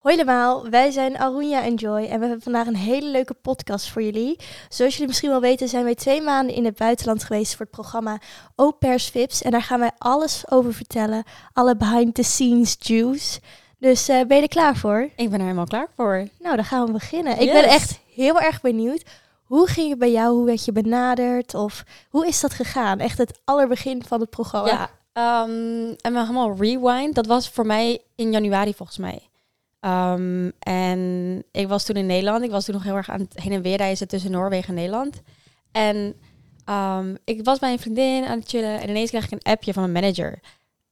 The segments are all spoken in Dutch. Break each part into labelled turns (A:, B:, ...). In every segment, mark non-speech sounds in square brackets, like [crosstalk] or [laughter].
A: Hoi allemaal, wij zijn Arunia en Joy en we hebben vandaag een hele leuke podcast voor jullie. Zoals jullie misschien wel weten zijn wij twee maanden in het buitenland geweest voor het programma Au Pairs Vips. En daar gaan wij alles over vertellen, alle behind the scenes juice. Dus eh, ben je er klaar voor?
B: Ik ben er helemaal klaar voor.
A: Nou, dan gaan we beginnen. Ik ben
B: Yes.
A: echt heel erg benieuwd. Hoe ging het bij jou? Hoe werd je benaderd? Of hoe is dat gegaan? Echt het allerbegin van het programma.
B: Ja. ehm, en we gaan helemaal rewind. Dat was voor mij in januari volgens mij. Ehm, en ik was toen in Nederland. Ik was toen nog heel erg aan het heen en weer reizen tussen Noorwegen en Nederland. En ehm, ik was bij een vriendin aan het chillen. En ineens kreeg ik een appje van mijn manager.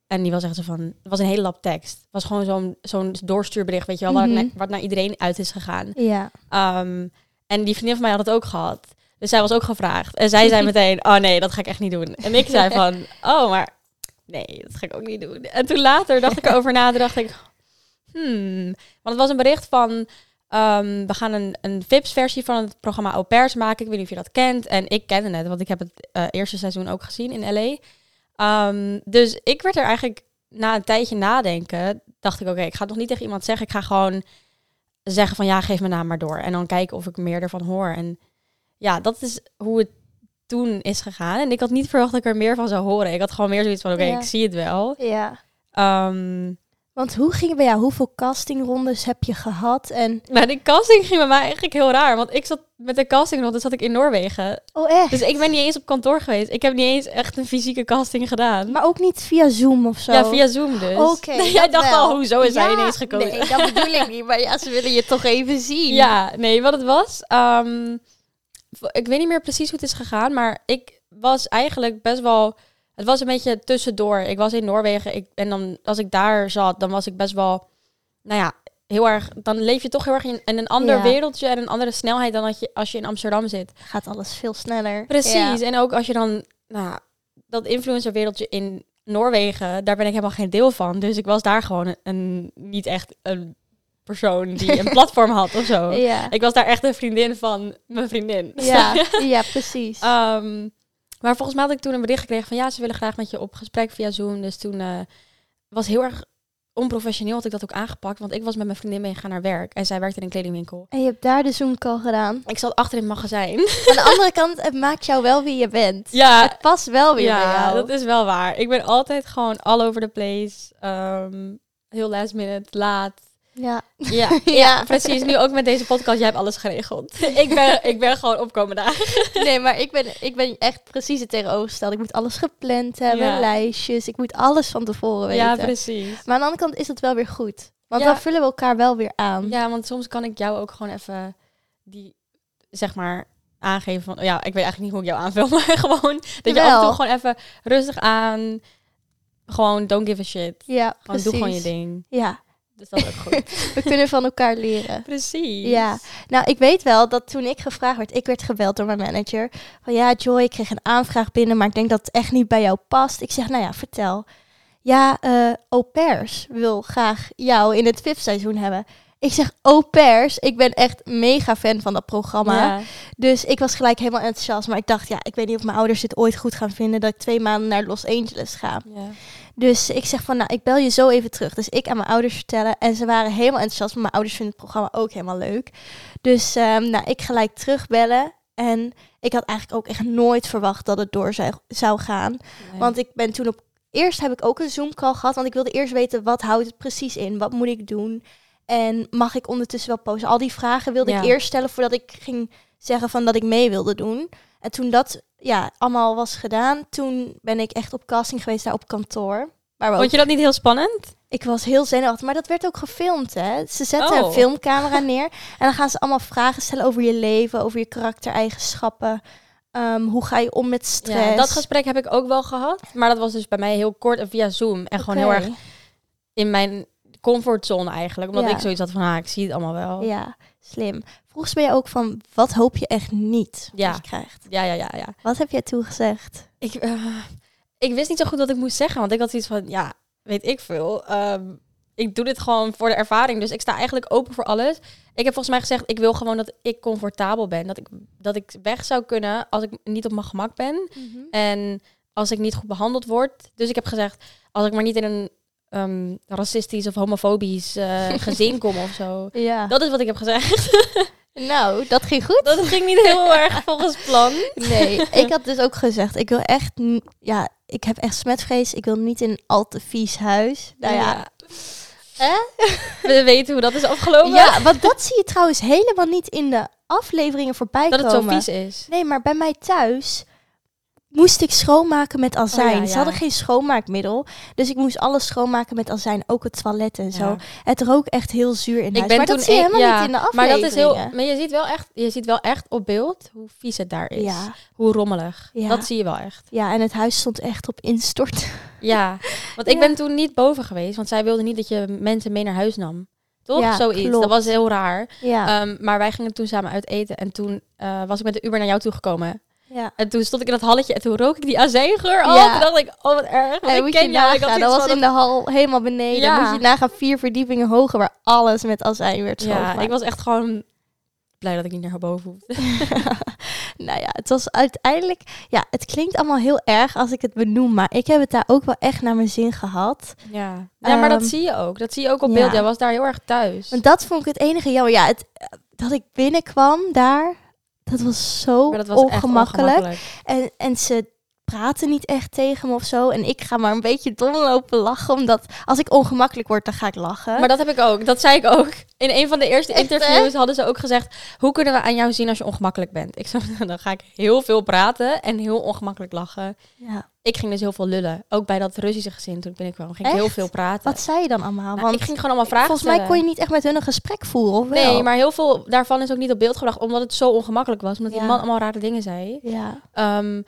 B: En die was echt zo van... Het was een hele lap tekst. Het was gewoon zo'n zo'n doorstuurbericht, weet je wel.
A: Mhm.
B: Wat, naar, wat naar iedereen uit is gegaan.
A: ja.
B: Ehm, en die vriendin van mij had het ook gehad. Dus zij was ook gevraagd. En zij zei meteen, oh nee, dat ga ik echt niet doen. En ik zei van, oh, maar nee, dat ga ik ook niet doen. En toen later dacht ik erover na, toen dacht ik, hmm. Want het was een bericht van, ehm, we gaan een, een VIPS-versie van het programma Au Pairs maken. Ik weet niet of je dat kent. En ik kende het, want ik heb het eh, eerste seizoen ook gezien in L.A. Ehm, dus ik werd er eigenlijk na een tijdje nadenken, dacht ik, oké, ik ga het nog niet tegen iemand zeggen. Ik ga gewoon zeggen van ja, geef mijn naam maar door. En dan kijken of ik meer ervan hoor. En ja, dat is hoe het toen is gegaan. En ik had niet verwacht dat ik er meer van zou horen. Ik had gewoon meer zoiets van oké,
A: Ja.
B: ik zie het wel.
A: ja.
B: Ehm,
A: Want hoe ging het bij jou? Hoeveel castingrondes heb je gehad? En...
B: maar die casting ging bij mij eigenlijk heel raar. Want ik zat met de casting nog, dat zat ik in Noorwegen.
A: Oh echt?
B: Dus ik ben niet eens op kantoor geweest. Ik heb niet eens echt een fysieke casting gedaan.
A: Maar ook niet via Zoom of zo.
B: Ja, via Zoom dus.
A: Oké.
B: [laughs] Jij
A: dat
B: dacht
A: wel.
B: al, hoezo is hij
A: Ja,
B: ineens gekomen?
A: Nee, dat bedoel ik niet. Maar ja, ze willen je toch even zien.
B: Ja, nee, wat het was. ehm, v- ik weet niet meer precies hoe het is gegaan, maar ik was eigenlijk best wel. Het was een beetje tussendoor. Ik was in Noorwegen ik, en dan als ik daar zat, dan was ik best wel. Nou ja, heel erg. Dan leef je toch heel erg in, in een ander
A: Ja.
B: wereldje en een andere snelheid dan dat je, als je in Amsterdam zit.
A: Gaat alles veel sneller.
B: Precies.
A: Ja.
B: En ook als je dan, nou, ja, dat influencerwereldje in Noorwegen, daar ben ik helemaal geen deel van. Dus ik was daar gewoon een, een- niet echt een persoon die [laughs] een platform had of zo.
A: Ja.
B: Oh. Ik was daar echt een vriendin van mijn vriendin. [laughs]
A: Ja. ja, precies.
B: Ehm, maar volgens mij had ik toen een bericht gekregen van ja, ze willen graag met je op gesprek via Zoom. Dus toen eh, was heel erg onprofessioneel had ik dat ook aangepakt. Want ik was met mijn vriendin meegegaan naar werk. En zij werkte in een kledingwinkel.
A: En je hebt daar de Zoom-call gedaan.
B: Ik zat achter in het magazijn. [laughs]
A: Aan de andere kant, het maakt jou wel wie je bent.
B: Ja,
A: Het past wel weer bij
B: ja
A: jou.
B: dat is wel waar. Ik ben altijd gewoon all over the place. Ehm, heel last minute, laat.
A: Ja.
B: Ja,
A: Ja. [laughs]
B: [laughs] precies. Nu ook met deze podcast. Jij hebt alles geregeld. ik, ben, ik ben gewoon opkomen dagen. [laughs]
A: Nee, maar ik ben, ik ben echt precies het tegenovergestelde. Ik moet alles gepland hebben,
B: Ja.
A: lijstjes. Ik moet alles van tevoren weten.
B: Ja, precies.
A: maar aan de andere kant is dat wel weer goed. Want
B: Ja.
A: dan vullen we elkaar wel weer aan.
B: Ja, want soms kan ik jou ook gewoon even die, zeg maar, aangeven van, ja, ik weet eigenlijk niet hoe ik jou aanvul, [laughs] maar gewoon dat je af en
A: Jawel.
B: toe gewoon even rustig aan, gewoon don't give a shit.
A: Ja,
B: Gewoon
A: precies.
B: doe gewoon je ding.
A: Ja,
B: Dus dat is ook goed.
A: [laughs] we kunnen van elkaar
B: [laughs]
A: leren.
B: Precies.
A: Ja, nou ik weet wel dat toen ik gevraagd werd, ik werd gebeld door mijn manager. Van ja, Joy, ik kreeg een aanvraag binnen, maar ik denk dat het echt niet bij jou past. Ik zeg, nou ja, vertel. Ja, eh au pairs wil graag jou in het VIP-seizoen hebben. Ik zeg, au pairs, ik ben echt mega fan van dat programma.
B: Ja.
A: Dus ik was gelijk helemaal enthousiast. Maar ik dacht, ja, ik weet niet of mijn ouders dit ooit goed gaan vinden... dat ik twee maanden naar Los Angeles ga.
B: Ja.
A: Dus ik zeg van, nou, ik bel je zo even terug. Dus ik aan mijn ouders vertellen. En ze waren helemaal enthousiast, want mijn ouders vinden het programma ook helemaal leuk. Dus ehm, nou, ik gelijk terugbellen. En ik had eigenlijk ook echt nooit verwacht dat het door zou, zou gaan.
B: Nee.
A: Want ik ben toen op... Eerst heb ik ook een Zoom-call gehad, want ik wilde eerst weten... wat houdt het precies in? Wat moet ik doen? En mag ik ondertussen wel posten? Al die vragen wilde
B: Ja.
A: ik eerst stellen voordat ik ging zeggen van dat ik mee wilde doen. En toen dat ja, allemaal was gedaan, toen ben ik echt op casting geweest daar op kantoor. Waar we ook-
B: Vond je dat niet heel spannend?
A: ik was heel zenuwachtig, maar dat werd ook gefilmd, hè? Ze zetten een
B: Oh.
A: filmcamera neer en dan gaan ze allemaal vragen stellen over je leven, over je karaktereigenschappen. Ehm, hoe ga je om met stress?
B: Ja, dat gesprek heb ik ook wel gehad, maar dat was dus bij mij heel kort en via Zoom. En gewoon heel
A: Oké.
B: erg in mijn comfortzone eigenlijk, omdat
A: Ja.
B: ik zoiets had van, ah, ik zie het allemaal wel.
A: Ja, slim. Vroeg ze bij je ook van, wat hoop je echt niet
B: Ja.
A: dat je krijgt?
B: ja, ja, ja. ja.
A: Wat heb jij toegezegd?
B: Ik, eh, ik wist niet zo goed wat ik moest zeggen, want ik had zoiets van, ja, weet ik veel. Ehm, ik doe dit gewoon voor de ervaring, dus ik sta eigenlijk open voor alles. Ik heb volgens mij gezegd, ik wil gewoon dat ik comfortabel ben. Dat ik, dat ik weg zou kunnen als ik niet op mijn gemak Mhm. ben. En als ik niet goed behandeld word. Dus ik heb gezegd, als ik maar niet in een ehm, racistisch of
A: [laughs]
B: homofobisch eh, gezin kom of zo.
A: Ja.
B: Dat is wat ik heb gezegd. [laughs]
A: nou, dat ging goed.
B: Dat ging niet heel erg volgens plan.
A: Nee,
B: [laughs]
A: ik had dus ook gezegd, ik wil echt, n- ja, ik heb echt smetvrees. Ik wil niet in een al te vies huis. Nou ja, hè?
B: We weten hoe dat is afgelopen.
A: ja, want dat zie je trouwens helemaal niet in de afleveringen voorbij
B: dat het zo
A: komen.
B: vies is.
A: Nee, maar bij mij thuis moest ik schoonmaken met azijn.
B: Oh ja,
A: Ze
B: ja.
A: hadden geen schoonmaakmiddel, dus ik moest alles schoonmaken met azijn, ook het toilet en zo.
B: Ja.
A: Het rook echt heel zuur in
B: Ik
A: huis,
B: ben
A: maar
B: toen
A: dat zie je
B: e-
A: helemaal
B: ja,
A: niet in de
B: Maar, dat
A: afleveringen.
B: is heel, maar je, ziet wel echt, je ziet wel echt op beeld hoe vies het daar is.
A: Ja,
B: Hoe rommelig.
A: Ja.
B: Dat zie je wel echt.
A: ja, en het huis stond echt op instorten.
B: Ja, want ik
A: Ja.
B: ben toen niet boven geweest, want zij wilde niet dat je mensen mee naar huis nam. Toch?
A: Ja,
B: Zoiets.
A: klopt.
B: Dat was heel raar.
A: [laughs] Ja,
B: Ehm, maar wij gingen toen samen uit eten en toen eh, was ik met de Uber naar jou toe gekomen.
A: ja.
B: En toen stond ik in dat halletje en toen rook ik die azijngeur al.
A: Ja.
B: Toen dacht ik, oh wat erg, want
A: En
B: ik
A: Eh, moet je
B: ken jou. Ik had
A: nagaan, dat
B: zoiets
A: was
B: van
A: in de hal helemaal beneden.
B: Ja.
A: Moet je nagaan, vier verdiepingen hoger waar alles met azijn werd schoongemaakt.
B: Ja, ik was echt gewoon blij dat ik niet naar boven hoefde.
A: nou ja, het was uiteindelijk... Ja, het klinkt allemaal heel erg als ik het benoem, maar ik heb het daar ook wel echt naar mijn zin gehad.
B: Ja, ja maar dat
A: Ehm,
B: zie je ook. Dat zie je ook op
A: ja.
B: beeld. Jij was daar heel erg thuis.
A: Want dat vond ik het enige jammer. Ja, het, eh, dat ik binnenkwam daar, dat was zo
B: Maar dat was echt
A: ongemakkelijk.
B: ongemakkelijk.
A: En, en ze praten niet echt tegen me of zo. En ik ga maar een beetje dom lopen lachen, omdat als ik ongemakkelijk word, dan ga ik lachen.
B: Maar dat heb ik ook. Dat zei ik ook. In een van de eerste
A: Echt, hè?
B: interviews hadden ze ook gezegd... hoe kunnen we aan jou zien als je ongemakkelijk bent? Ik zei, [laughs] dan ga ik heel veel praten en heel ongemakkelijk lachen.
A: ja.
B: Ik ging dus heel veel lullen. Ook bij dat Russische gezin toen ik binnenkwam. Ging ik
A: Echt?
B: heel veel praten.
A: Wat zei je dan allemaal?
B: Nou,
A: Want
B: ik ging gewoon allemaal vragen
A: Volgens mij
B: stellen.
A: kon je niet echt met hun een gesprek voeren, of wel?
B: Nee, maar heel veel daarvan is ook niet op beeld gebracht... omdat het zo ongemakkelijk was. Omdat
A: Ja.
B: die man allemaal rare dingen zei.
A: Ja,
B: Ehm,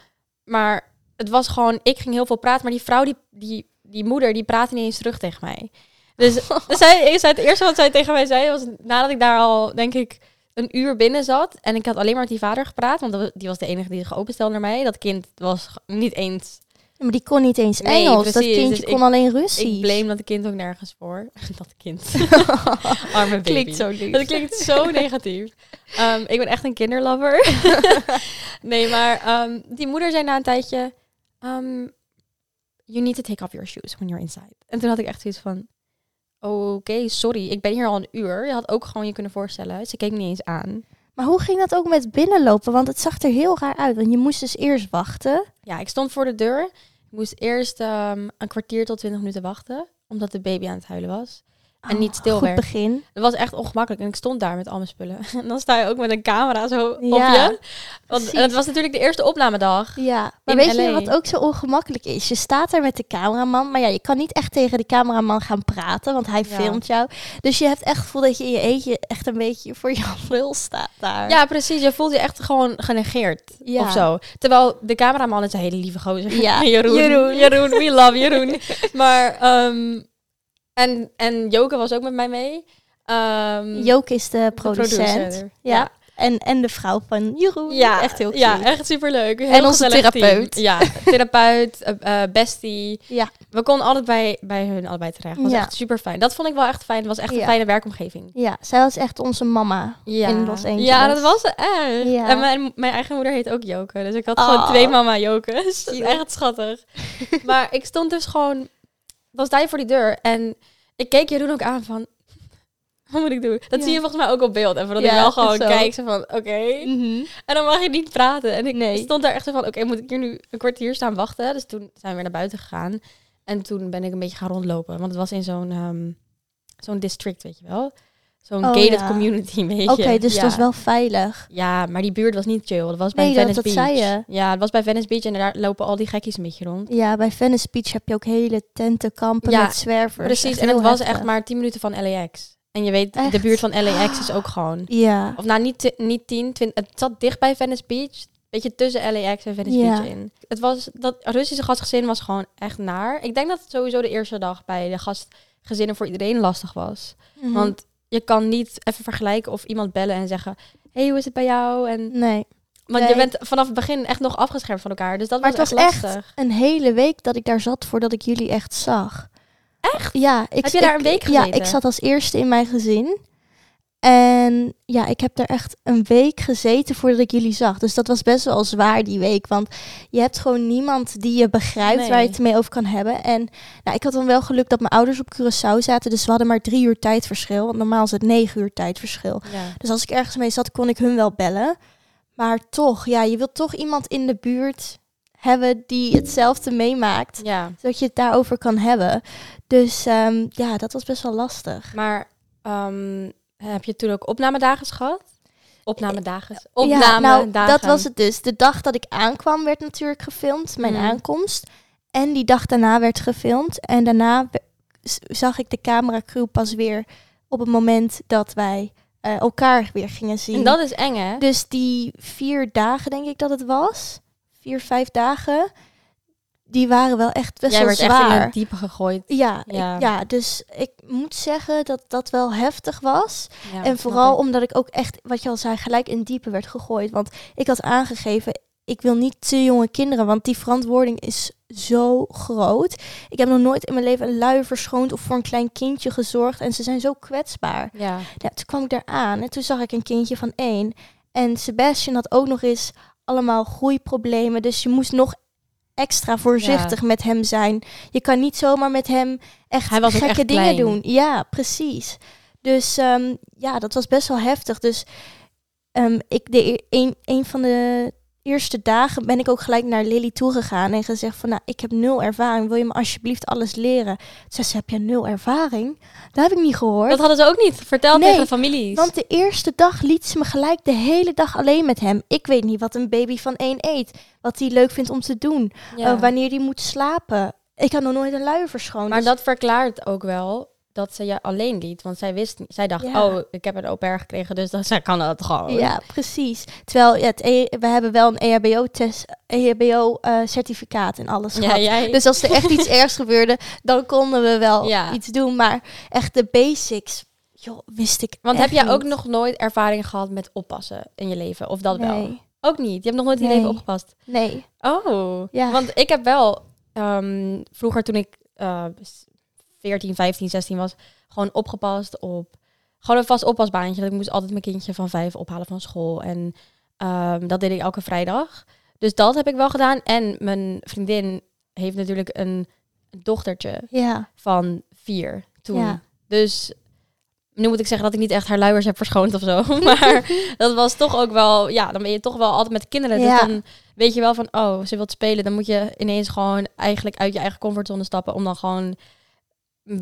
B: maar het was gewoon, ik ging heel veel praten, maar die vrouw, die, die, die moeder, die praatte niet eens terug tegen mij.
A: [laughs]
B: Dus, dus zij, zij- het eerste wat zij tegen mij zei was, nadat ik daar al, denk ik, een uur binnen zat en ik had alleen maar met die vader gepraat, want dat was- die was de enige die zich openstelde naar mij. Dat kind was g- niet eens.
A: maar die kon niet eens
B: Nee,
A: Engels. dat
B: precies,
A: kindje
B: dus
A: kon
B: ik-
A: alleen Russisch.
B: Ik
A: [laughs]
B: blame dat kind ook nergens voor. [laughs] Dat kind. Arme baby.
A: Klinkt zo lief.
B: Dat klinkt
A: [laughs]
B: zo negatief. Ehm, ik ben echt een kinderlover. nee, maar ehm, die moeder zei na een tijdje... ehm, you need to take off your shoes when you're inside. En toen had ik echt zoiets van... Oké, sorry. Ik ben hier al een uur. Je had ook gewoon je kunnen voorstellen. Ze keek me niet eens aan.
A: Maar hoe ging dat ook met binnenlopen? Want het zag er heel raar uit. Want je moest dus eerst wachten.
B: Ja, ik stond voor de deur. Ik moest eerst ehm, een kwartier tot twintig minuten wachten. Omdat de baby aan het huilen was. En niet stil
A: Goed
B: werd.
A: begin.
B: Het was echt ongemakkelijk. En ik stond daar met al mijn spullen. [laughs] En dan sta je ook met een camera zo op
A: Ja,
B: je. Want
A: precies.
B: en het was natuurlijk de eerste opnamedag.
A: Ja, maar
B: In
A: weet je
B: LA.
A: wat ook zo ongemakkelijk is? Je staat daar met de cameraman, maar ja, je kan niet echt tegen de cameraman gaan praten, want hij
B: Ja.
A: filmt jou. Dus je hebt echt het gevoel dat je in je eentje echt een beetje voor je [laughs] lul staat daar.
B: Ja, precies. Je voelt je echt gewoon genegeerd
A: Ja.
B: of zo. Terwijl de cameraman is een hele lieve gozer.
A: Ja,
B: [laughs] Jeroen.
A: Jeroen.
B: Jeroen. we love Jeroen. maar, ehm, en, en Joke was ook met mij mee. Ehm,
A: Mm. Joke is de
B: de
A: producent.
B: producer.
A: Ja. En, en de vrouw van Jeroen.
B: Ja,
A: echt heel cute.
B: Ja, echt superleuk. Heel
A: En onze
B: gezellig team.
A: therapeut.
B: Ja, [laughs] therapeut, eh, eh, bestie.
A: Ja.
B: We konden altijd bij, bij hun allebei terecht. was
A: Ja.
B: echt super fijn. Dat vond ik wel echt fijn. Het was echt
A: Ja.
B: een fijne werkomgeving.
A: Ja, zij was echt onze mama in Los Angeles.
B: Ja, dat was ze echt.
A: Ja.
B: En mijn, mijn eigen moeder heet ook Joke. Dus ik had
A: Oh.
B: gewoon twee mama Jokes. [laughs] Dat is
A: Cute. [laughs]
B: Echt schattig. maar ik stond dus gewoon... Dan sta je voor die deur. En ik keek Jeroen ook aan van... [laughs] Wat moet ik doen? Dat
A: Ja.
B: zie je volgens mij ook op beeld. Even dat
A: Ja,
B: ik wel
A: dat is
B: gewoon
A: zo.
B: kijk. Zo van, oké.
A: Mhm.
B: En dan mag je niet praten. En ik
A: Nee.
B: stond daar echt zo van, oké, moet ik hier nu een kwartier staan wachten? Dus toen zijn we weer naar buiten gegaan. En toen ben ik een beetje gaan rondlopen. Want het was in zo'n ehm, zo'n district, weet je wel. Zo'n
A: Oh,
B: gated
A: ja.
B: community, [laughs] weet je.
A: Oké, dus
B: ja.
A: het was wel veilig.
B: Ja, maar die buurt was niet chill. Dat was bij
A: Nee, dat-
B: Venice
A: dat
B: Beach.
A: zei je.
B: Ja, het was bij Venice Beach en daar lopen al die gekkies een beetje rond.
A: Ja, bij Venice Beach heb je ook hele tentenkampen
B: Ja,
A: met zwervers.
B: Precies,
A: Echt
B: en het
A: heel
B: was
A: heftig.
B: echt maar 10 minuten van LAX. En je weet,
A: Echt? Ah.
B: de buurt van LAX is ook gewoon...
A: Ja,
B: Of nou, niet, ti- niet 10, 20. Het zat dicht bij Venice Beach. Beetje tussen LAX en Venice
A: Ja.
B: Beach in. Het was, dat Russische gastgezin was gewoon echt naar. Ik denk dat het sowieso de eerste dag bij de gastgezinnen voor iedereen lastig was.
A: Mhm.
B: Want je kan niet even vergelijken of iemand bellen en zeggen... hey, hoe is het bij jou? En,
A: Mhm. nee.
B: want
A: Nee.
B: je bent vanaf het begin echt nog afgeschermd van elkaar. Dus dat
A: Maar
B: was,
A: het was
B: echt
A: echt
B: lastig.
A: een hele week dat ik daar zat voordat ik jullie echt zag. Echt? Ja. Ik,
B: Heb je daar
A: ik-
B: een week
A: Ja,
B: gezeten?
A: ik zat als eerste in mijn gezin. En ja, ik heb daar echt een week gezeten voordat ik jullie zag. Dus dat was best wel zwaar die week. Want je hebt gewoon niemand die je begrijpt waar je
B: Nee.
A: het mee over kan hebben. En nou, ik had dan wel geluk dat mijn ouders op Curaçao zaten. Dus we hadden maar drie uur tijdverschil. Want normaal is het negen uur tijdverschil.
B: Ja.
A: Dus als ik ergens mee zat, kon ik hun wel bellen. Maar toch, ja, je wilt toch iemand in de buurt hebben die hetzelfde meemaakt.
B: ja.
A: Zodat je het daarover kan hebben. Dus ehm, ja, dat was best wel lastig.
B: Maar ehm, heb je toen ook opnamedagen gehad? Opnamedagen.
A: ja, nou,
B: Opnamedagen.
A: dat was het dus. De dag dat ik aankwam werd natuurlijk gefilmd, mijn
B: Mhm.
A: aankomst. En die dag daarna werd gefilmd. En daarna we- z- zag ik de cameracrew pas weer op het moment dat wij eh, elkaar weer gingen zien.
B: En dat is eng, hè?
A: Dus die vier dagen, denk ik dat het was. Vier, vijf dagen. Die waren wel echt best
B: Jij
A: wel
B: werd echt in
A: zwaar.
B: het diepe gegooid.
A: ja, ja.
B: Ja.
A: Ik, ja, dus ik moet zeggen dat dat wel heftig was.
B: Ja,
A: en
B: snap
A: vooral
B: ik.
A: omdat ik ook echt, wat je al zei, gelijk in het diepe werd gegooid. Want ik had aangegeven, ik wil niet te jonge kinderen, want die verantwoording is zo groot. Ik heb nog nooit in mijn leven een luier verschoond of voor een klein kindje gezorgd. En ze zijn zo kwetsbaar.
B: Ja.
A: Ja, toen kwam ik daar aan en toen zag ik een kindje van één. En Sebastian had ook nog eens allemaal groeiproblemen. Dus je moest nog extra voorzichtig met hem zijn. Je kan niet zomaar met hem echt
B: Hij was ook
A: gekke
B: echt
A: dingen
B: klein.
A: doen. Ja, precies. Dus ehm, ja, dat was best wel heftig. Dus ehm, ik de, e- een, een van de eerste dagen ben ik ook gelijk naar Lily toegegaan en gezegd van, nou, ik heb nul ervaring. Wil je me alsjeblieft alles leren? Toen zei ze, heb je nul ervaring? Dat heb ik niet gehoord.
B: Dat hadden ze ook niet verteld
A: Nee,
B: tegen de families.
A: Want de eerste dag liet ze me gelijk de hele dag alleen met hem. Ik weet niet wat een baby van één eet. Wat hij leuk vindt om te doen.
B: Ja.
A: eh, wanneer hij moet slapen. Ik had nog nooit een luier verschoond.
B: maar
A: dus-
B: dat verklaart ook wel dat ze je alleen liet. Want zij wist niet. Zij dacht,
A: Ja.
B: oh, ik heb een au pair gekregen, dus dat, [laughs] zij kan dat gewoon.
A: Ja, precies. Terwijl ja, het E- we hebben wel een EHBO-test, EHBO-certificaat eh, en alles
B: Ja,
A: gehad.
B: jij,
A: Dus als er echt
B: [laughs]
A: iets ergs gebeurde, dan konden we wel
B: Ja.
A: iets doen. Maar echt de basics, joh, wist ik
B: want
A: echt
B: heb jij ook
A: niet.
B: nog nooit ervaring gehad met oppassen in je leven? Of dat wel?
A: Nee,
B: Ook niet. Je hebt nog nooit in je
A: Nee.
B: leven opgepast.
A: nee.
B: Oh,
A: Ja.
B: want ik heb wel ehm, vroeger toen ik eh, 14, 15, 16 was, gewoon opgepast op gewoon een vast oppasbaantje. Ik moest altijd mijn kindje van vijf ophalen van school en ehm, dat deed ik elke vrijdag. Dus dat heb ik wel gedaan. En mijn vriendin heeft natuurlijk een dochtertje
A: Ja,
B: van vier toen.
A: Ja.
B: Dus nu moet ik zeggen dat ik niet echt haar luiers heb verschoond of zo. [laughs]
A: [laughs]
B: Maar dat was toch ook wel... Ja, dan ben je toch wel altijd met kinderen.
A: Ja.
B: Dus dan weet je wel van... Oh, ze wilt spelen. Dan moet je ineens gewoon eigenlijk uit je eigen comfortzone stappen. Om dan gewoon...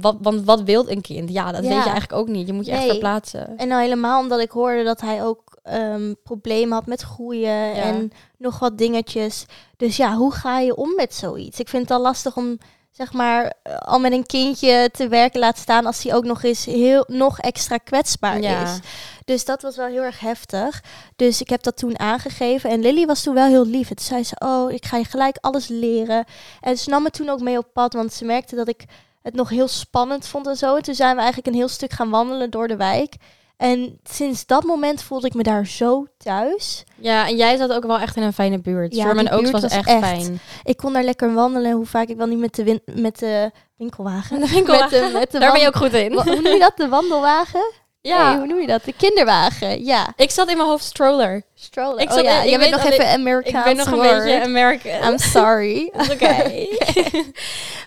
B: Wat, want wat wil een kind? Ja, dat
A: Ja.
B: weet je eigenlijk ook niet. Je moet je echt
A: Nee.
B: verplaatsen.
A: En nou helemaal omdat ik hoorde dat hij ook ehm, problemen had met groeien en nog wat dingetjes. Dus ja, hoe ga je om met zoiets? Ik vind het al lastig om zeg maar eh, al met een kindje te werken laat staan als hij ook nog eens heel nog extra kwetsbaar
B: Ja.
A: is. Dus dat was wel heel erg heftig. Dus ik heb dat toen aangegeven en Lily was toen wel heel lief. Het zei ze: "Oh, ik ga je gelijk alles leren." En ze nam me toen ook mee op pad, want ze merkte dat ik het nog heel spannend vond en zo. En toen zijn we eigenlijk een heel stuk gaan wandelen door de wijk. En sinds dat moment voelde ik me daar zo thuis.
B: Ja, en jij zat ook wel echt in een fijne buurt.
A: Ja,
B: Ja, Sherman
A: die
B: Oaks
A: buurt
B: was,
A: was
B: echt,
A: echt
B: fijn.
A: Ik kon daar lekker wandelen, hoe vaak ik wel niet met de, win- met de winkelwagen. Met de, met de
B: Daar ben je
A: wan-
B: ook goed in.
A: wa- hoe noem je dat? De wandelwagen?
B: Ja,
A: Nee, hoe noem je dat? De kinderwagen. Ja.
B: ik zat in mijn hoofd stroller.
A: Stroller.
B: Ik
A: oh
B: zat-
A: ja,
B: ik
A: jij bent
B: weet
A: nog
B: alleen-
A: even
B: Ik
A: Amerikaans
B: ben nog een
A: word.
B: beetje American.
A: I'm sorry. [laughs]
B: Dat is [laughs] Oké.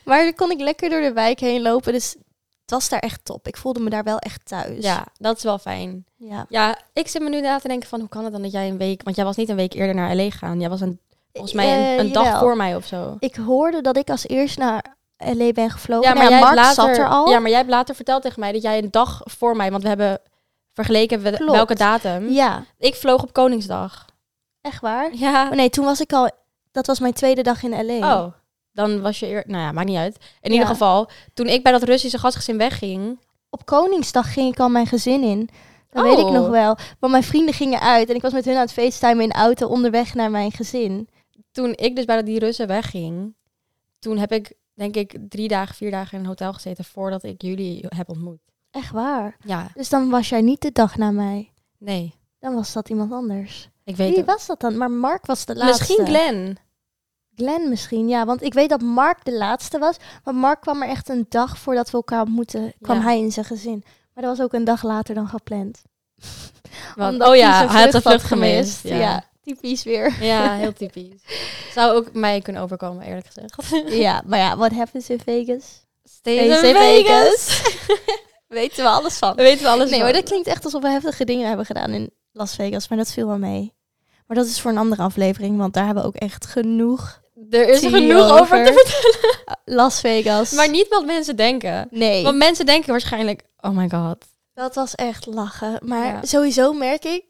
A: maar dan kon ik lekker door de wijk heen lopen, dus het was daar echt top. Ik voelde me daar wel echt thuis.
B: Ja, dat is wel fijn.
A: ja.
B: Ja, ik zit me nu na te denken van hoe kan het dan dat jij een week... Want jij was niet een week eerder naar L.A. gegaan. Jij was een, volgens mij een,
A: Eh,
B: een dag
A: jawel.
B: voor mij of zo.
A: Ik hoorde dat ik als eerst naar L.A. ben gevlogen.
B: ja,
A: Nou
B: jij hebt
A: Mark zat er al.
B: Ja, maar jij hebt later verteld tegen mij dat jij een dag voor mij... Want we hebben vergeleken we-
A: Klopt.
B: welke datum.
A: ja,
B: Ik vloog op Koningsdag.
A: echt waar.
B: Ja.
A: Oh nee, toen was ik al. Dat was mijn tweede dag in LA.
B: Oh, dan was je eerder... Nou ja, maakt niet uit. In ieder
A: Ja.
B: geval, toen ik bij dat Russische gastgezin wegging...
A: Op Koningsdag ging ik al mijn gezin in. Dat
B: Oh.
A: weet ik nog wel. Want mijn vrienden gingen uit en ik was met hun aan het facetimen in de auto onderweg naar mijn gezin.
B: toen ik dus bij die Russen wegging, toen heb ik denk ik drie dagen, vier dagen in een hotel gezeten voordat ik jullie heb ontmoet.
A: Echt waar.
B: Ja,
A: Dus dan was jij niet de dag na mij.
B: nee,
A: Dan was dat iemand anders.
B: ik weet
A: Wie
B: het.
A: was dat dan? Maar Mark was de laatste.
B: Misschien Glenn.
A: Glenn misschien, ja. Want ik weet dat Mark de laatste was. Maar Mark kwam er echt een dag voordat we elkaar ontmoetten, kwam
B: Ja.
A: hij in zijn gezin. Maar dat was ook een dag later dan gepland.
B: Want-
A: Omdat
B: oh
A: die
B: ja,
A: zijn
B: hij had de
A: vlucht
B: vlucht gemist.
A: Ja.
B: Ja.
A: typisch weer. [laughs]
B: [laughs] ja, heel typisch. Zou ook mij kunnen overkomen, eerlijk [laughs] gezegd.
A: ja, maar ja, what happens in Vegas?
B: Steeds
A: Hey,
B: in
A: Vegas.
B: [laughs] Vegas.
A: Weten we alles van.
B: We weten we alles
A: Nee, maar
B: van.
A: dat klinkt echt alsof we heftige dingen hebben gedaan in Las Vegas, maar dat viel wel mee. Maar dat is voor een andere aflevering, want daar hebben we ook echt genoeg
B: Er is
A: Zie
B: genoeg
A: over.
B: over te vertellen.
A: [laughs] Las Vegas.
B: Maar niet wat mensen denken.
A: nee,
B: Want mensen denken waarschijnlijk, oh my god.
A: dat was echt lachen. Maar
B: Ja.
A: sowieso merk ik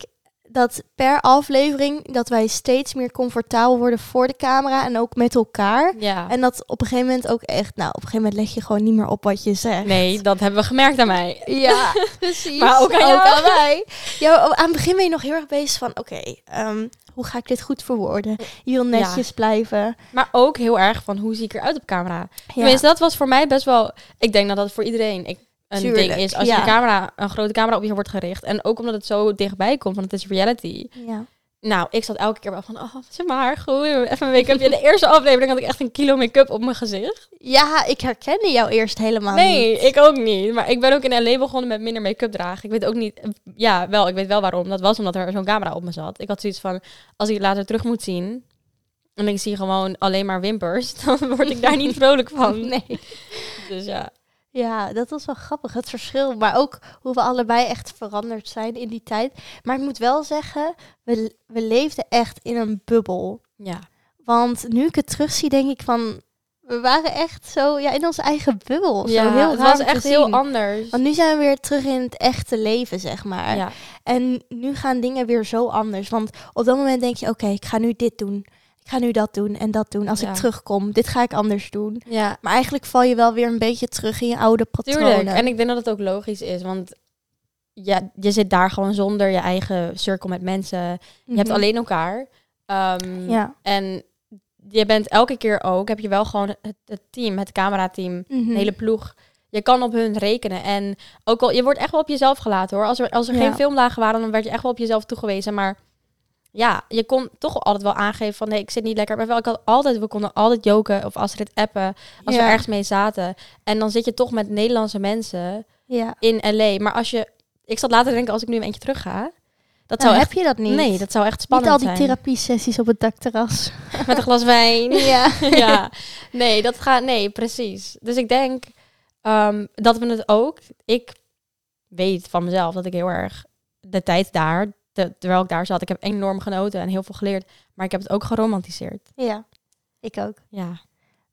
A: dat per aflevering dat wij steeds meer comfortabel worden voor de camera en ook met elkaar.
B: Ja.
A: En dat op een gegeven moment ook echt, nou, op een gegeven moment leg je gewoon niet meer op wat je zegt.
B: Nee, dat hebben we gemerkt aan mij. [laughs]
A: Ja, precies.
B: Maar ook aan jou. [laughs]
A: mij. Ja, oh, aan het begin ben je nog heel erg bezig van, oké, ehm, hoe ga ik dit goed verwoorden? Je wil netjes blijven.
B: Maar ook heel erg van, hoe zie ik eruit op camera?
A: Ja.
B: Tenminste, dat was voor mij best wel... Ik denk dat dat voor iedereen ik, een
A: Tuurlijk,
B: ding is. Als
A: ja.
B: je camera, een grote camera op je wordt gericht. En ook omdat het zo dichtbij komt, want het is reality.
A: Ja.
B: Nou, ik zat elke keer wel van, oh, zet mijn haar goed, even een make-up. In de eerste aflevering had ik echt een kilo make-up op mijn gezicht.
A: ja, ik herkende jou eerst helemaal
B: Nee,
A: Ah, niet.
B: ik ook niet. Maar ik ben ook in L.A. begonnen met minder make-up dragen. Ik weet ook niet, ja, wel, ik weet wel waarom. Dat was omdat er zo'n camera op me zat. Ik had zoiets van, als ik het later terug moet zien... En ik zie gewoon alleen maar wimpers. [laughs] Dan word ik daar niet vrolijk [laughs] van.
A: Nee.
B: Dus ja.
A: Ja, dat was wel grappig, het verschil. Maar ook hoe we allebei echt veranderd zijn in die tijd. Maar ik moet wel zeggen, we, we leefden echt in een bubbel.
B: Ja.
A: Want nu ik het terugzie, denk ik van... We waren echt zo ja, in onze eigen bubbel. zo heel
B: het
A: raar
B: was
A: om te
B: echt heel
A: zien.
B: anders.
A: Want nu zijn we weer terug in het echte leven, zeg maar.
B: Ja.
A: En nu gaan dingen weer zo anders. Want op dat moment denk je, oké, ik ga nu dit doen. Ik ga nu dat doen en dat doen. Als
B: Ja.
A: ik terugkom, dit ga ik anders doen.
B: ja,
A: Maar eigenlijk val je wel weer een beetje terug in je oude patronen.
B: tuurlijk. En ik denk dat het ook logisch is, want ja, je zit daar gewoon zonder je eigen cirkel met mensen. Je hebt
A: Mhm.
B: alleen elkaar. Ehm,
A: Ja.
B: En je bent elke keer ook, heb je wel gewoon het, het team, het camerateam,
A: Mhm.
B: een hele ploeg. Je kan op hun rekenen. En ook al, je wordt echt wel op jezelf gelaten hoor. Als er, als er
A: Ja.
B: geen filmdagen waren, dan werd je echt wel op jezelf toegewezen. Maar ja, je kon toch altijd wel aangeven van nee, ik zit niet lekker. Maar wel, ik had altijd, we konden altijd joken of Astrid appen als
A: Ja.
B: we ergens mee zaten. En dan zit je toch met Nederlandse mensen
A: Ja.
B: in LA. Maar als je, ik zat later te denken als ik nu een eentje terug ga, dat
A: Dan
B: zou
A: Nou, heb
B: echt,
A: je dat niet.
B: nee, dat zou echt
A: niet
B: spannend
A: al die
B: zijn.
A: therapie-sessies op het dakterras.
B: Met een glas wijn
A: [laughs] ja.
B: [laughs] ja, [laughs] nee, dat gaat. Nee, precies. Dus ik denk ehm, dat we het ook. Ik weet van mezelf dat ik heel erg de tijd daar, te- terwijl ik daar zat, ik heb enorm genoten en heel veel geleerd. Maar ik heb het ook geromantiseerd.
A: ja, ik ook.
B: Ja.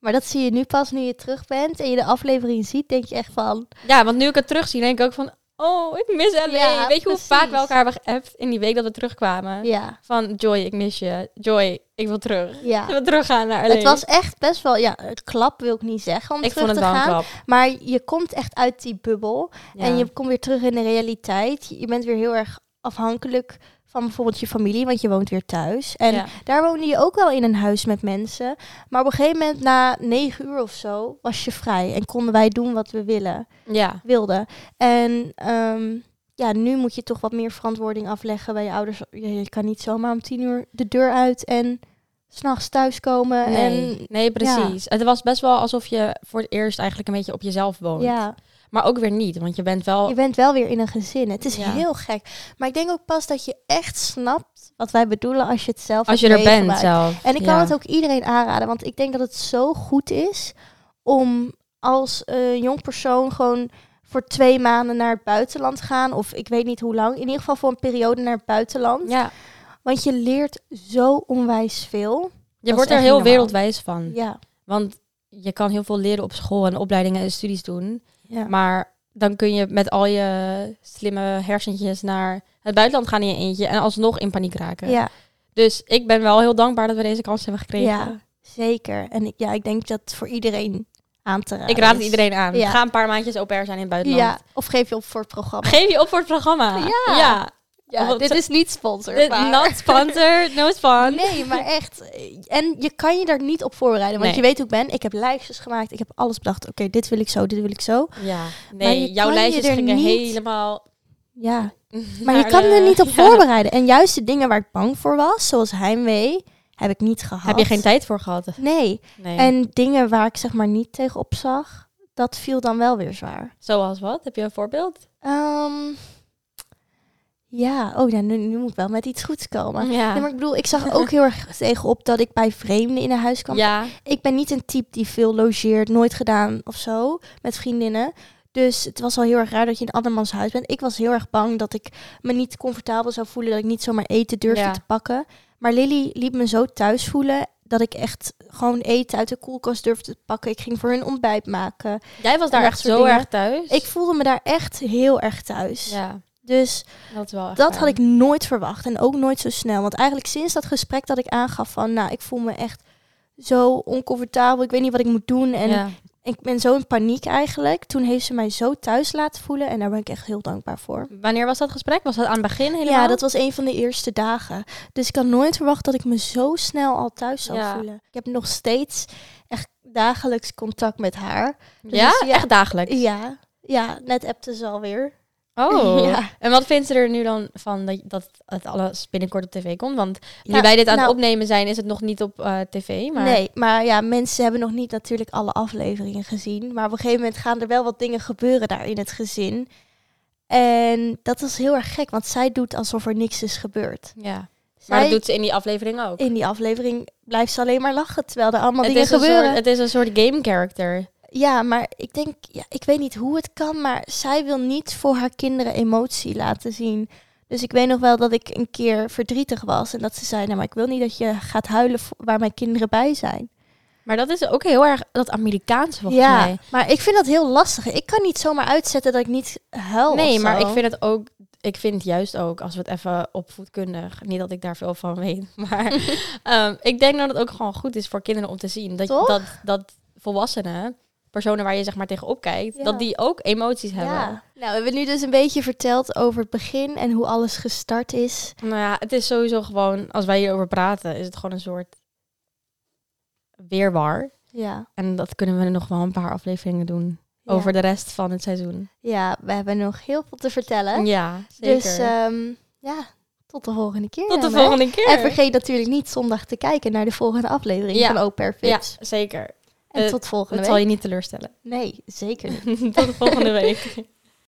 A: Maar dat zie je nu pas, nu je terug bent en je de aflevering ziet, denk je echt van...
B: Ja, want nu ik het terugzie, denk ik ook van. Oh, ik mis LA.
A: Ja,
B: Weet je hoe
A: precies.
B: vaak we elkaar hebben geappt in die week dat we terugkwamen?
A: Ja,
B: Van Joy, ik mis je. Joy, ik wil terug.
A: ja.
B: We teruggaan naar LA.
A: Het was echt best wel, ja, een klap wil ik niet zeggen om
B: ik
A: terug
B: vond het
A: te
B: wel
A: gaan.
B: een klap.
A: Maar je komt echt uit die bubbel en
B: Ja.
A: je komt weer terug in de realiteit. Je bent weer heel erg afhankelijk van bijvoorbeeld je familie, want je woont weer thuis. En
B: Ja.
A: daar woonde je ook wel in een huis met mensen. Maar op een gegeven moment, na negen uur of zo, was je vrij en konden wij doen wat we willen,
B: ja.
A: wilden. En ehm, ja, nu moet je toch wat meer verantwoording afleggen bij je ouders. Je, je kan niet zomaar om tien uur de deur uit en s'nachts thuiskomen.
B: Nee,
A: En
B: nee precies. Het was best wel alsof je voor het eerst eigenlijk een beetje op jezelf woont.
A: ja,
B: Maar ook weer niet, want je bent wel...
A: je bent wel weer in een gezin. Het is
B: Oh. Ja.
A: heel gek. Maar ik denk ook pas dat je echt snapt wat wij bedoelen als je het zelf
B: als je
A: hebt
B: er bent
A: meegemaakt.
B: zelf.
A: En ik kan
B: Ja.
A: het ook iedereen aanraden, want ik denk dat het zo goed is om als eh, jong persoon gewoon voor twee maanden naar het buitenland te gaan. Of ik weet niet hoe lang. In ieder geval voor een periode naar het buitenland.
B: Ja,
A: Want je leert zo onwijs veel.
B: je
A: is echt
B: wordt er heel
A: niet normaal.
B: wereldwijs van.
A: Ja.
B: Want je kan heel veel leren op school en opleidingen en studies doen.
A: ja.
B: Maar dan kun je met al je slimme hersentjes naar het buitenland gaan in je eentje. En alsnog in paniek raken.
A: ja.
B: Dus ik ben wel heel dankbaar dat we deze kans hebben gekregen.
A: Ja. Zeker. En ik, ja, ik denk dat het voor iedereen aan te raden
B: Ik raad het
A: is.
B: iedereen aan.
A: Ja.
B: Ga een paar maandjes au pair zijn in het buitenland.
A: Ja, of geef je op voor het programma.
B: Geef je op voor het programma.
A: Ja.
B: ja.
A: Ja,
B: Want-
A: dit is niet sponsor.
B: Dit-
A: maar-
B: [laughs] Not sponsored, no spon.
A: Nee, maar echt. En je kan je daar niet op voorbereiden. Want
B: Nee.
A: je weet hoe ik ben. Ik heb lijstjes gemaakt. Ik heb alles bedacht. Oké, dit wil ik zo, dit wil ik zo.
B: Ja,
A: Maar je
B: nee, jouw
A: kan je
B: lijstjes
A: er
B: gingen
A: niet-
B: helemaal...
A: Ja. Maar je
B: naar
A: kan
B: de-
A: er niet op
B: [laughs] Ja.
A: voorbereiden. En juist de dingen waar ik bang voor was, zoals heimwee, heb ik niet gehad.
B: Heb je geen tijd voor gehad?
A: Nee.
B: Nee.
A: En dingen waar ik zeg maar niet tegenop zag, dat viel dan wel weer zwaar.
B: Zoals wat? Heb je een voorbeeld?
A: Ehm, Ja, oh, nou, nu, nu moet ik wel met iets goeds komen.
B: Ja.
A: Nee, maar ik bedoel, ik zag ook heel erg tegenop dat ik bij vreemden in een huis kwam.
B: ja.
A: Ik ben niet een type die veel logeert, nooit gedaan of zo, met vriendinnen. Dus het was al heel erg raar dat je in andermans huis bent. Ik was heel erg bang dat ik me niet comfortabel zou voelen, dat ik niet zomaar eten durfde
B: Ja.
A: te pakken. Maar Lily liet me zo thuis voelen dat ik echt gewoon eten uit de koelkast durfde te pakken. Ik ging voor hun ontbijt maken.
B: Jij was daar
A: dat
B: echt
A: soort
B: zo
A: dingen.
B: erg thuis.
A: Ik voelde me daar echt heel erg thuis.
B: ja,
A: Dus
B: dat is wel echt
A: dat
B: waar.
A: had ik nooit verwacht en ook nooit zo snel. Want eigenlijk sinds dat gesprek dat ik aangaf van, nou, ik voel me echt zo oncomfortabel. Ik weet niet wat ik moet doen en
B: Ja.
A: ik ben zo in paniek eigenlijk. Toen heeft ze mij zo thuis laten voelen en daar ben ik echt heel dankbaar voor.
B: Wanneer was dat gesprek? Was dat aan het begin helemaal?
A: Ja, dat was een van de eerste dagen. Dus ik had nooit verwacht dat ik me zo snel al thuis zou
B: Ja.
A: voelen. Ik heb nog steeds echt dagelijks contact met haar. dus
B: ja?
A: ja.
B: echt dagelijks.
A: Ja, ja net appte ze alweer.
B: Oh.
A: [laughs] Ja.
B: En wat vindt ze er nu dan van dat, dat het alles binnenkort op tv komt? Want nu
A: Ja,
B: wij dit aan
A: nou-
B: het opnemen zijn, is het nog niet op eh, tv. Maar
A: Nee, maar ja, mensen hebben nog niet natuurlijk alle afleveringen gezien. Maar op een gegeven moment gaan er wel wat dingen gebeuren daar in het gezin. En dat is heel erg gek, want zij doet alsof er niks is gebeurd.
B: Ja. Maar
A: Zij-
B: dat doet ze in die aflevering ook.
A: in die aflevering blijft ze alleen maar lachen terwijl er allemaal
B: het,
A: dingen
B: is een
A: gebeuren.
B: soort, het is een soort game character.
A: Ja, maar ik denk, ja, ik weet niet hoe het kan, maar zij wil niet voor haar kinderen emotie laten zien. Dus ik weet nog wel dat ik een keer verdrietig was en dat ze zei, nou maar ik wil niet dat je gaat huilen voor- waar mijn kinderen bij zijn.
B: Maar dat is ook heel erg dat Amerikaanse volgens
A: ja,
B: mij.
A: maar ik vind dat heel lastig. Ik kan niet zomaar uitzetten dat ik niet huil.
B: nee,
A: Oh, of
B: maar
A: zo.
B: ik vind het ook. Ik vind het juist ook, als we het even opvoedkundig, niet dat ik daar veel van weet, [laughs] maar
A: [laughs]
B: ehm, ik denk dat het ook gewoon goed is voor kinderen om te zien dat,
A: Toch?
B: dat, dat volwassenen, personen waar je zeg maar tegenop kijkt,
A: Ja.
B: dat die ook emoties hebben.
A: ja. Nou, we hebben nu dus een beetje verteld over het begin en hoe alles gestart is.
B: Nou ja, het is sowieso gewoon, als wij hierover praten, is het gewoon een soort weerwar.
A: Ja.
B: En dat kunnen we nog wel een paar afleveringen doen
A: Ja.
B: over de rest van het seizoen.
A: Ja, we hebben nog heel veel te vertellen.
B: Ja, zeker.
A: Dus ehm, ja, tot de volgende keer.
B: Tot de
A: dan, hè.
B: volgende keer.
A: En vergeet natuurlijk niet zondag te kijken naar de volgende aflevering
B: Ja.
A: van Au Pair
B: ja,
A: Vips.
B: zeker.
A: En
B: eh,
A: tot volgende
B: Het
A: week.
B: zal je niet teleurstellen. [laughs]
A: Nee, zeker niet. [laughs]
B: Tot de volgende week.